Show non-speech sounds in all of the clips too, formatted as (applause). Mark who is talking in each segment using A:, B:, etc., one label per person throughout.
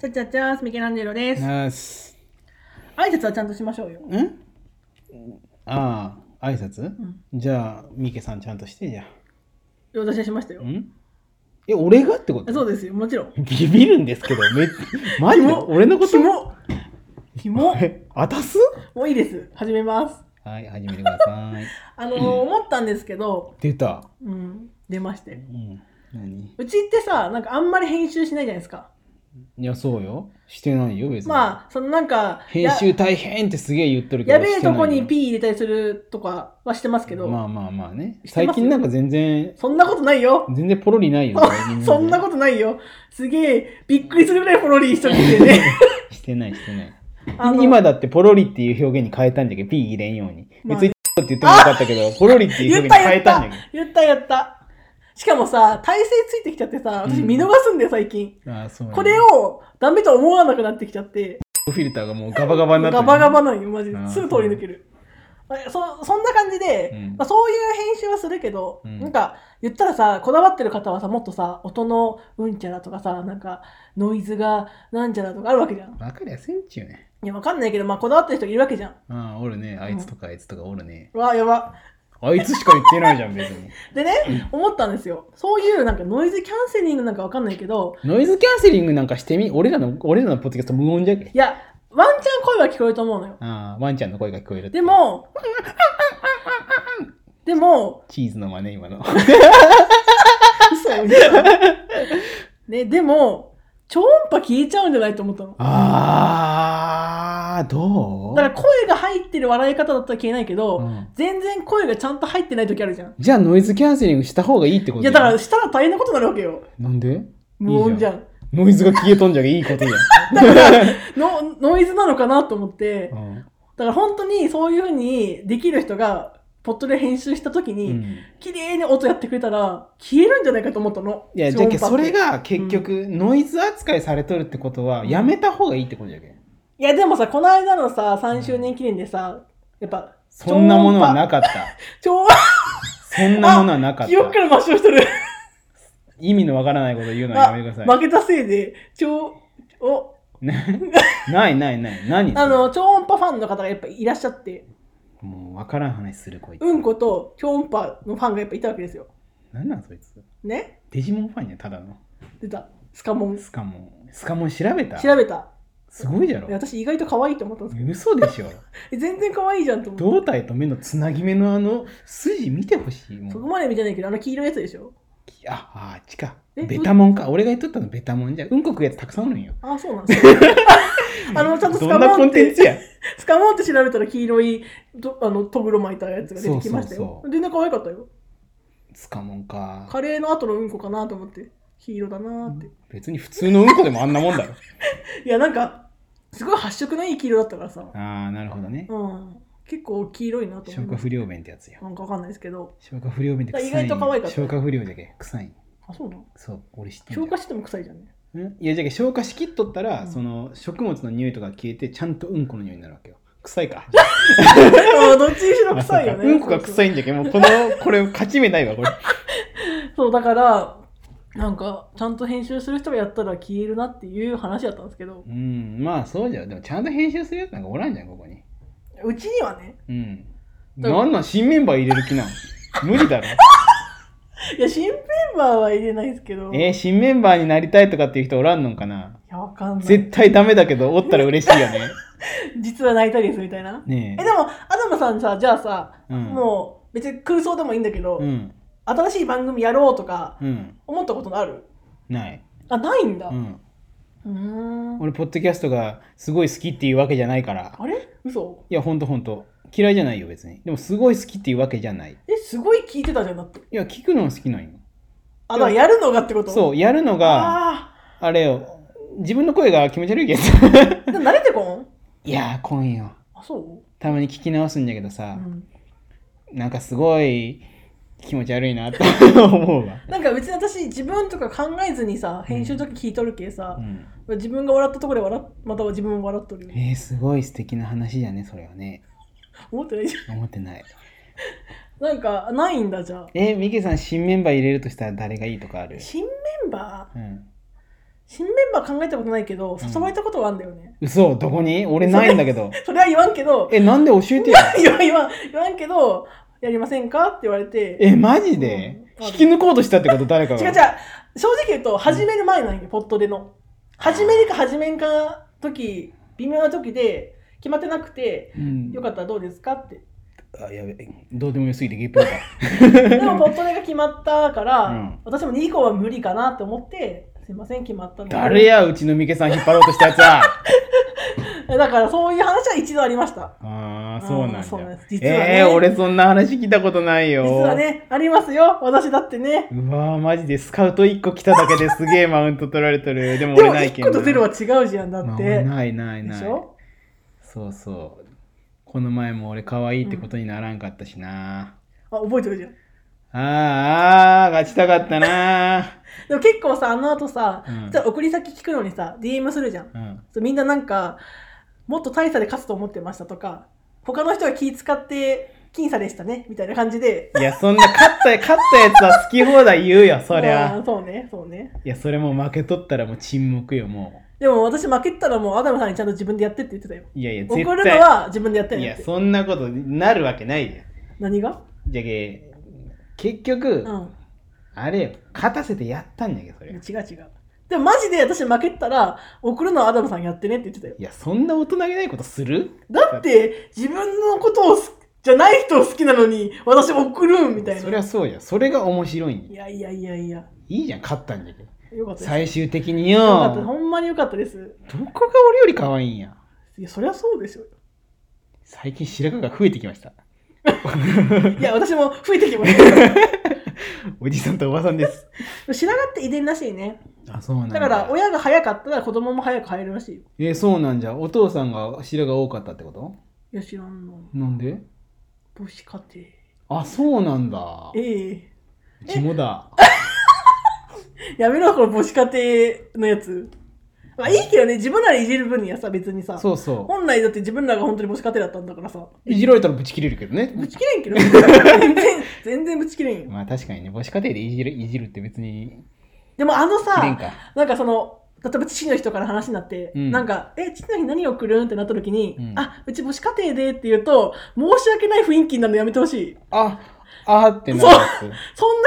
A: チャチャチャースミケランジェロです。
B: ナース。
A: 挨拶はちゃんとしましょうよ。
B: んああ、挨拶、
A: ん
B: じゃあ、ミケさんちゃんとしてじゃ
A: 私はしましたよ
B: あ。。んえ、俺がってこ
A: あ
B: (laughs) と
A: そうですよ、もちろん。
B: ビビるんですけど、め (laughs) マジ
A: キ
B: で
A: モ
B: 俺のこと
A: キモキモ
B: えあたす
A: もういいです。始めます。
B: はい、始めてください。
A: (laughs) あのー思ったんですけど、
B: 出た。
A: うん、出まして
B: う。ん。何
A: うちってさ、なんかあんまり編集しないじゃないですか。
B: いや、そうよ。してないよ、別に。あ、
A: まあ、そのなんか、
B: 編集大変ってすげえ言っとるけ
A: や
B: ど。
A: やべえ
B: してな
A: と
B: いよ
A: こに P 入れたりするとかはしてますけど、
B: まあまあまあね。
A: してます
B: 最近なんか全然、
A: そんなことないよ。
B: 全然ポロリないよ。
A: (laughs) そんなことないよ。すげえ、びっくりするぐらいフォロリーしとるんで (laughs) ね。
B: としてない、してない。
A: あの
B: 今だってポロリっていう表現に変えたんだけど、ピー入れんように。
A: まあ
B: 別に、って言ってもよかったけど、ポロリっていう
A: 言
B: 表
A: っ
B: 現
A: た
B: に変
A: 言
B: え
A: った
B: ん
A: た
B: だけ
A: 言った言ったしかもさ体勢ついてきちゃってさ私
B: うん
A: 見逃すんだよ最近、
B: ど。ああ、そうなんだ
A: これ。をダメと思わなくなってきちゃって
B: フィルターがもうガバガバになって
A: ガバガバなんよマジ
B: あ
A: で
B: ー
A: すぐ通り抜けるあそそんな感じで、
B: うん
A: まあ、そういう編集はするけど、
B: うん
A: なんか言ったらさこだわってる方はさもっとさ音のうんちゃらとかさなんかノイズがなんちゃらとかあるわけじゃん
B: わかりやすいんちゅうね。
A: いやわかんないけどまあこだわってる人いるわけじゃん
B: ああ、おるね。あいつとかあいつとかおるね。
A: うわやば
B: あいつしか言ってないじゃん、別に。
A: でね、思ったんですよそういうなんかノイズキャンセリングなんかわかんないけど
B: (laughs) ノイズキャンセリングなんかしてみ、俺らの、俺らのポッドキャスト無音じゃけ。
A: いや、ワンチャン声は聞こえると思うのよ。
B: ああ、ワンちゃんの声が聞こえるって
A: で、も、でも、
B: チーズの真似、今の。
A: 嘘やみたいな。ね、でも、超音波消えちゃうんじゃないと思ったの。
B: (laughs) ああ、どう
A: だから声が入ってる笑い方だったら消えないけど、
B: うん
A: 全然声がちゃんと入ってない時あるじゃん。
B: じゃあノイズキャンセリングした方がいいってこと
A: いや、だからしたら大変なことになるわけよ。
B: なんで
A: 無音じゃ
B: いい
A: ん。
B: ん。ノイズが消えとんじゃけいいことじ
A: だから
B: (laughs)
A: の、ノイズなのかなと思って
B: ゃん。、うん
A: だから本当にそういうふうにできる人が、ポットで編集した時に、
B: うん
A: 綺麗に音やってくれたら消えるんじゃないかと思ったの。
B: いやじ
A: 超
B: ゃ
A: 音
B: あ
A: 波
B: け
A: って
B: それが結局ノイズ扱いされとるってことは
A: うん
B: やめた方がいいってことじゃけ、ん、
A: いやでもさこの間のさ3周年記念でさやっぱ
B: そんなものはなかった
A: 超音
B: そんなものはな
A: 波
B: かっ
A: 記憶か
B: た
A: ら抹消してる
B: 意味のわからないこと言うのはやめてくださ
A: 負けたせいで超お
B: い (laughs) ないないない何それ
A: あの超音波ファンの方がやっぱいらっしゃって
B: もうわからん話するこいつ、
A: うんこと超音波のファンがやっぱいたわけですよ
B: 何なんそいつ
A: ね
B: デジモンファンやただの
A: 出たスカモン
B: スカモンスカモン調べた
A: 調べた
B: すごいじゃろ
A: いや私意外と可愛いと思ったんです
B: 嘘でしょ
A: けど全然可愛いじゃんと思って
B: 胴体と目のつなぎ目のあの筋見てほしいもん
A: そこまで見てないけどあの黄色いやつでしょ
B: あああっちか
A: え
B: ベタモンか俺が言っとったのベタモンじゃうんこ食うやつたくさんおるんよ
A: あそうなん
B: (laughs)
A: ですかあのちゃんとス
B: ど
A: カ
B: んな
A: モ
B: コ
A: ンっ
B: ンテン
A: て
B: ツや
A: スカモンって調べたら黄色いどあのトグロ巻いたやつが出てきましたよ
B: そうそうそ
A: 全然可愛かったよ
B: つかもんか
A: カレーの後のうんこかなと思って黄色だなーって、
B: 別に普通のうんこでもあんなもんだろ
A: (laughs) いやなんかすごい発色のいい黄色だったからさ、
B: ああなるほどね
A: うん、結構黄色いなと
B: 消
A: 思
B: 化
A: って
B: 不良弁ってやつよ
A: なんかわかんないですけど
B: 消化不良弁って臭いんよ
A: 意外と可愛かった
B: 消化不良じゃけ臭いん
A: あそうなの
B: そう俺知ってん
A: 消
B: じゃ
A: 化しても臭いじゃんね (laughs)
B: んんいやじゃけ消化しきっとったら、
A: うん
B: その食物の匂いとか消えてちゃんとうんこの匂いになるわけよ臭いか
A: あどっちにしろ (laughs) 臭いよ
B: (laughs) あそうか
A: ね
B: うんこが臭
A: い
B: いんじゃけもうこのこれ勝ち目ないわこれ
A: そうだからなんかちゃんと編集する人がやったら消えるなっていう話だったんですけど
B: うんまあそうじゃんでもちゃんと編集するやつなんかおらんじゃんここに
A: うちにはね
B: うん
A: だから
B: なんなん新メンバー入れる
A: (laughs)
B: 気なん無理だろ
A: いや新メンバーは入れないですけど
B: えー新メンバーになりたいとかっていう人おらんのかない
A: やわかんない
B: 絶対ダメだけどおったら嬉しいよね
A: 実は泣いたりするみたいな (laughs)
B: ね
A: えでもアダムさんさじゃあさ、
B: うん
A: もう別に空想でもいいんだけど、
B: えうん
A: 新しい番組やろうとか
B: うん
A: 思ったことある
B: ない、
A: あないんだ
B: う、
A: うんーん
B: 俺ポッドキャストがすごい好きっていうわけじゃないから
A: あれ嘘
B: いやほんとほんと嫌いじゃないよ別にでもすごい好きっていうわけじゃないい
A: えすごい聞いてたじゃんだって
B: や聞くのも好きなんよ
A: あだからやるのがってことう
B: そうやるのが
A: あ
B: あれよ自分の声が気持ち悪いけど (laughs)
A: あでも慣れてこん
B: いやー来んよ
A: あそ
B: たまに聞き直すんだけど
A: う、
B: さ
A: う、ん、
B: なんかすごい気持ち悪いなと (laughs) 思うわ。
A: なんか別に私自分とか考えずにさ編集とか聞いとるけさ
B: う、ん、
A: 自分が笑ったところで笑っまたは自分も笑っとるよ
B: えー、すごい素敵な話だね、それはね。
A: 思ってないじゃん (laughs)
B: 思ってない。
A: なんかないんだじゃあ
B: えー、ミケさん、新メンバー入れるとしたら誰がいいとかある
A: 新メンバ
B: うん。
A: 新メンバー考えたことないけど、誘われたことはあるんだよね。
B: 嘘どこに俺ないんだけど。
A: それは言わんけど、 (laughs)
B: え、なんで教えてよ。
A: 言わん、言わん、言わんけど、やりませんかって言われて、
B: え、マジで
A: うん
B: 引き抜こうとしたってこと誰かが。
A: 違う違う、正直言うと、始める前なんよ、ポットでの。始めるか始めんかの時、微妙な時で、決まってなくて、
B: うん
A: よかったらどうですかって。
B: あやべどうでもよすぎてゲップだった。
A: でも、ポットでが決まったから、
B: うん
A: 私も2以降は無理かなって思って、すいません、決まったので。
B: 誰や、うちのミケさん引っ張ろうとしたやつは。
A: だから、そういう話は一度ありました。
B: ああ、そうなん
A: あー
B: だ。
A: そうなんです実はね
B: えー、俺そんな話聞いたことないよ。
A: 実はね、ありますよ、私だってね。
B: うわーマジでスカウト1個来ただけですげえマウント取られ
A: (laughs)
B: てる。でも
A: で
B: 俺
A: も、
B: ないけ
A: 1
B: ど
A: 個
B: な。
A: と0は違うじゃん、だっ
B: まあ
A: て。
B: ないない
A: で
B: ない
A: し。ょ
B: そうそう。この前も俺可愛いってことにならんかったしな。
A: あ、覚えてるじゃん。
B: あーあー、勝ちたかっ
A: (laughs)
B: たな。
A: でも結構さ、あの後さ、
B: うん
A: そしたら送り先聞くのにさ、DM するじゃん。
B: うん。
A: そうみんななんか、もっと大差で勝つと思ってましたとか、他の人が気使って、僅差でしたね、みたいな感じで。
B: いや、そんな勝った、勝ったやつは好き放題言うよ、そり
A: まあ
B: ゃ。
A: そうね、そうね。
B: いや、それもう負け取ったらもう沈黙よ、も
A: でも私負けたらもうアダムさんにちゃんと自分でやってって言ってたよ。
B: う。いやいや、
A: 怒
B: 絶
A: るの
B: 対。
A: は自分でやって
B: い
A: ねっ
B: や、
A: て。
B: そんなことなるわけないよ。
A: 何が
B: じゃけ、結局、
A: うん。
B: あれよ、勝たせてやったんじゃけ、そ
A: 違う
B: れ。
A: 違う。でもマジで私負けたら、送るのはアダムさんやってねって言ってたよ。
B: いや、そんな大人げないことする
A: だって、自分のことをすじゃない人を好きなのに、私送るんみたい
B: そり
A: な。
B: ゃそうや。それが面白いん
A: い
B: や。
A: やいやいやいや。
B: いいじゃん、勝ったんじゃけ。
A: よかったです。
B: 最終的に
A: よかったです
B: よ。
A: ほんまによかったです。
B: どこが俺より可愛いんや。
A: いや、そりゃそうですよ。
B: 最近白髪が増えてきました。
A: (laughs) いや、私も増えてきま
B: (laughs)
A: した。
B: おじさんとおばさん
A: (laughs)
B: です。
A: 白髪って遺伝らしいね。
B: あ、そうなん
A: だから、親が早かったら子供も早く入るらしいよ。
B: えーそうなんじゃ。お父さんが白髪多かったってこと
A: いや、知らんの。
B: なんで
A: 母子家庭。
B: あ、そうなんだ。
A: ええ
B: うちもだ。
A: やめろ、この母子家庭のやつ。まあ、いいけどね、自分らでいじる分にはさ、別にさ。
B: そうそ
A: 本来だって自分らが本当に母子家庭だったんだからさ。
B: う。いじられたらブチ切れるけどね。
A: ぶち切れん
B: (laughs)
A: けど。全然、全然ぶち切れんよ。
B: まあ確かにね、母子家庭でいじるいじるって別に
A: でもあの
B: 切れん
A: さ、
B: か。
A: なんかその、例えば父の日とかの話になって、
B: うん
A: なんか、え、父の日何送るんってなった時に、
B: うん
A: あ、うち母子家庭でって言うと、申し訳ない雰囲気になるのやめてほしい。
B: あ、あーってなるやつ。
A: そんな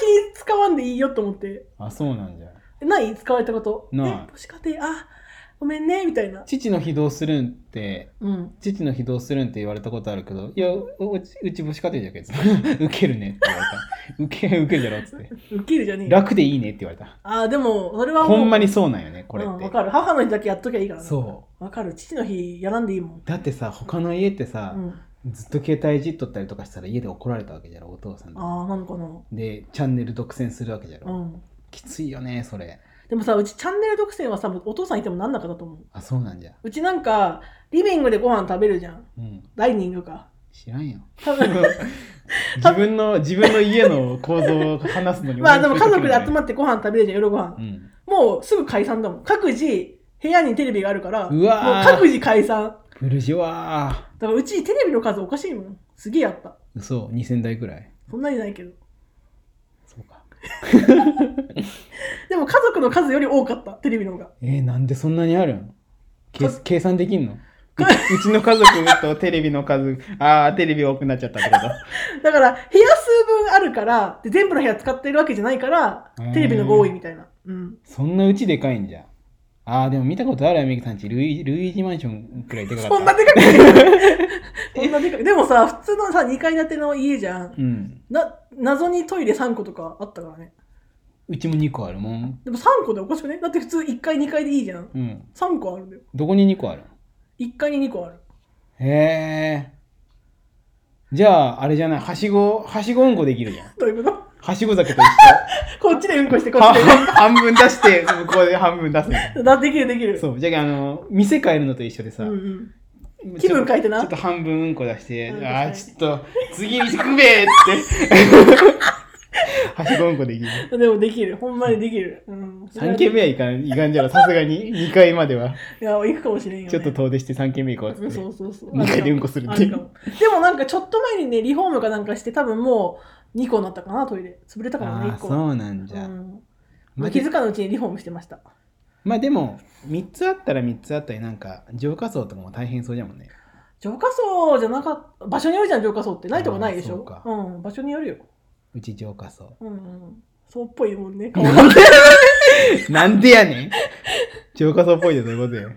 A: 気に使わんでいいよと思って。
B: あ、そうなんじゃ。
A: えない使われたこと。
B: ない
A: え母子家庭、あ、ごめんね、みたいな。
B: 父の日どうするんって、
A: うん。
B: 父の日どうするんって言われたことあるけど、いや、おうちうち母子家庭じゃけ (laughs) ど、ウケるねって言われた。ウケ、 (laughs) ウケるだろっつって。
A: ウケるじゃねえ。
B: 楽でいいねって言われた。
A: あ、でも、それはもう
B: ほんまにそうなんよね、これ
A: うん
B: っ
A: わ
B: て。
A: かる。母の日だけやっときゃいいからな
B: そ
A: わかる。父の日やらんでいいもん
B: う。。だってさ、他の家ってさ
A: う、ん、
B: ずっと携帯いじっとったりとかしたら家で怒られたわけじゃろ、お父さんとか。
A: ああ、なのかな。
B: で、チャンネル独占するわけじゃ
A: う
B: ろ。
A: ん。
B: きついよね、それ。
A: でもさ、うちチャンネル独占はさ、お父さんいてもなんなかだと思う。
B: あ、そうなんじゃ。
A: うちなんか、リビングでご飯食べるじゃん。
B: うん。
A: ダイニングか。
B: 知らんよ。
A: 多分
B: (laughs) 自分の、自分の家の構造を話すのに。
A: (laughs) まあでも家族で集まってご飯食べるじゃん、夜ご飯
B: う。ん。
A: もうすぐ解散だもん。各自、部屋にテレビがあるから、
B: うわー
A: もう各自解散。
B: ブルジョワー。
A: だからうちテレビの数おかしいもん。すげえあった。
B: 嘘、2000台くらい。
A: そんなにないけど。
B: そうか。
A: でも家族の数より多かった、テレビの方が。
B: えー、なんでそんなにあるの計
A: か
B: 計算できんのうちうちの家族 (laughs) とテレビの数、ああ、テレビ多くなっちゃったってこ
A: だから部屋数分あるからで全部の部屋使ってるわけじゃないから
B: うん
A: テレビの方が多いみたいな、うん、
B: と。そんなうちでかいんじゃ。ああ、でも見たことあるよ、ミキさんち。ルイルイージマンションくらいでかかった。
A: そんなでかくないそんなでかくでもさ普通のさ2階建ての家じゃん
B: うん。
A: な謎にトイレ3個とかあったからね
B: うちも2個あるもん。
A: でも3個でおかしくねだって普通1階2階でいいじゃん
B: うん。
A: 3個あるんだよ
B: どこに2個ある
A: 1階に2個ある
B: へえ。じゃあ、あれじゃない、はしご、はしごうんこできるじゃん。
A: どういうこと
B: はしご酒と一緒。
A: こっちでうんこしてこっ
B: は
A: ち
B: (laughs) 半分出して、向こうで半分出すみたいな。
A: でだできるできる
B: そう、じゃあ、あの、店変えるのと一緒で
A: う
B: さ、
A: んうん
B: ち
A: 気
B: ょ
A: 分変えてな
B: ちょっと半分うんこ出して、
A: うん
B: あ
A: う
B: あ、
A: ん
B: ちょっと、次行くべーって。はしごうんこできる。
A: (laughs) でもできるほんまにできる、うん、
B: 3軒目はいかん、いかんじゃろ、さすがに。2回までは。
A: いや行くかもしれんよ、ね、
B: ちょっと遠出して3軒目行こうっつって。
A: そうそうそう。
B: 二回でうんこするって
A: あかもでもなんかちょっと前にね、リフォームかなんかして、多分もう2個になったかな、トイレ。潰れたからね、
B: あ
A: 1
B: あ、
A: 個。
B: そうなんじゃ。
A: うん
B: マ
A: 気
B: ジ
A: づかぬうちにリフォームしてました。
B: まあでも3つあったら3つあったりなんか浄化層とかも大変そうじゃもんね
A: 浄化層じゃなかった場所によるじゃん浄化層ってないとこないでし
B: あーそう
A: ょ
B: か
A: うん場所によるよ
B: うち浄化層
A: うんうんそうっぽいもんね
B: なんでやねん浄化層っぽいでどういうことや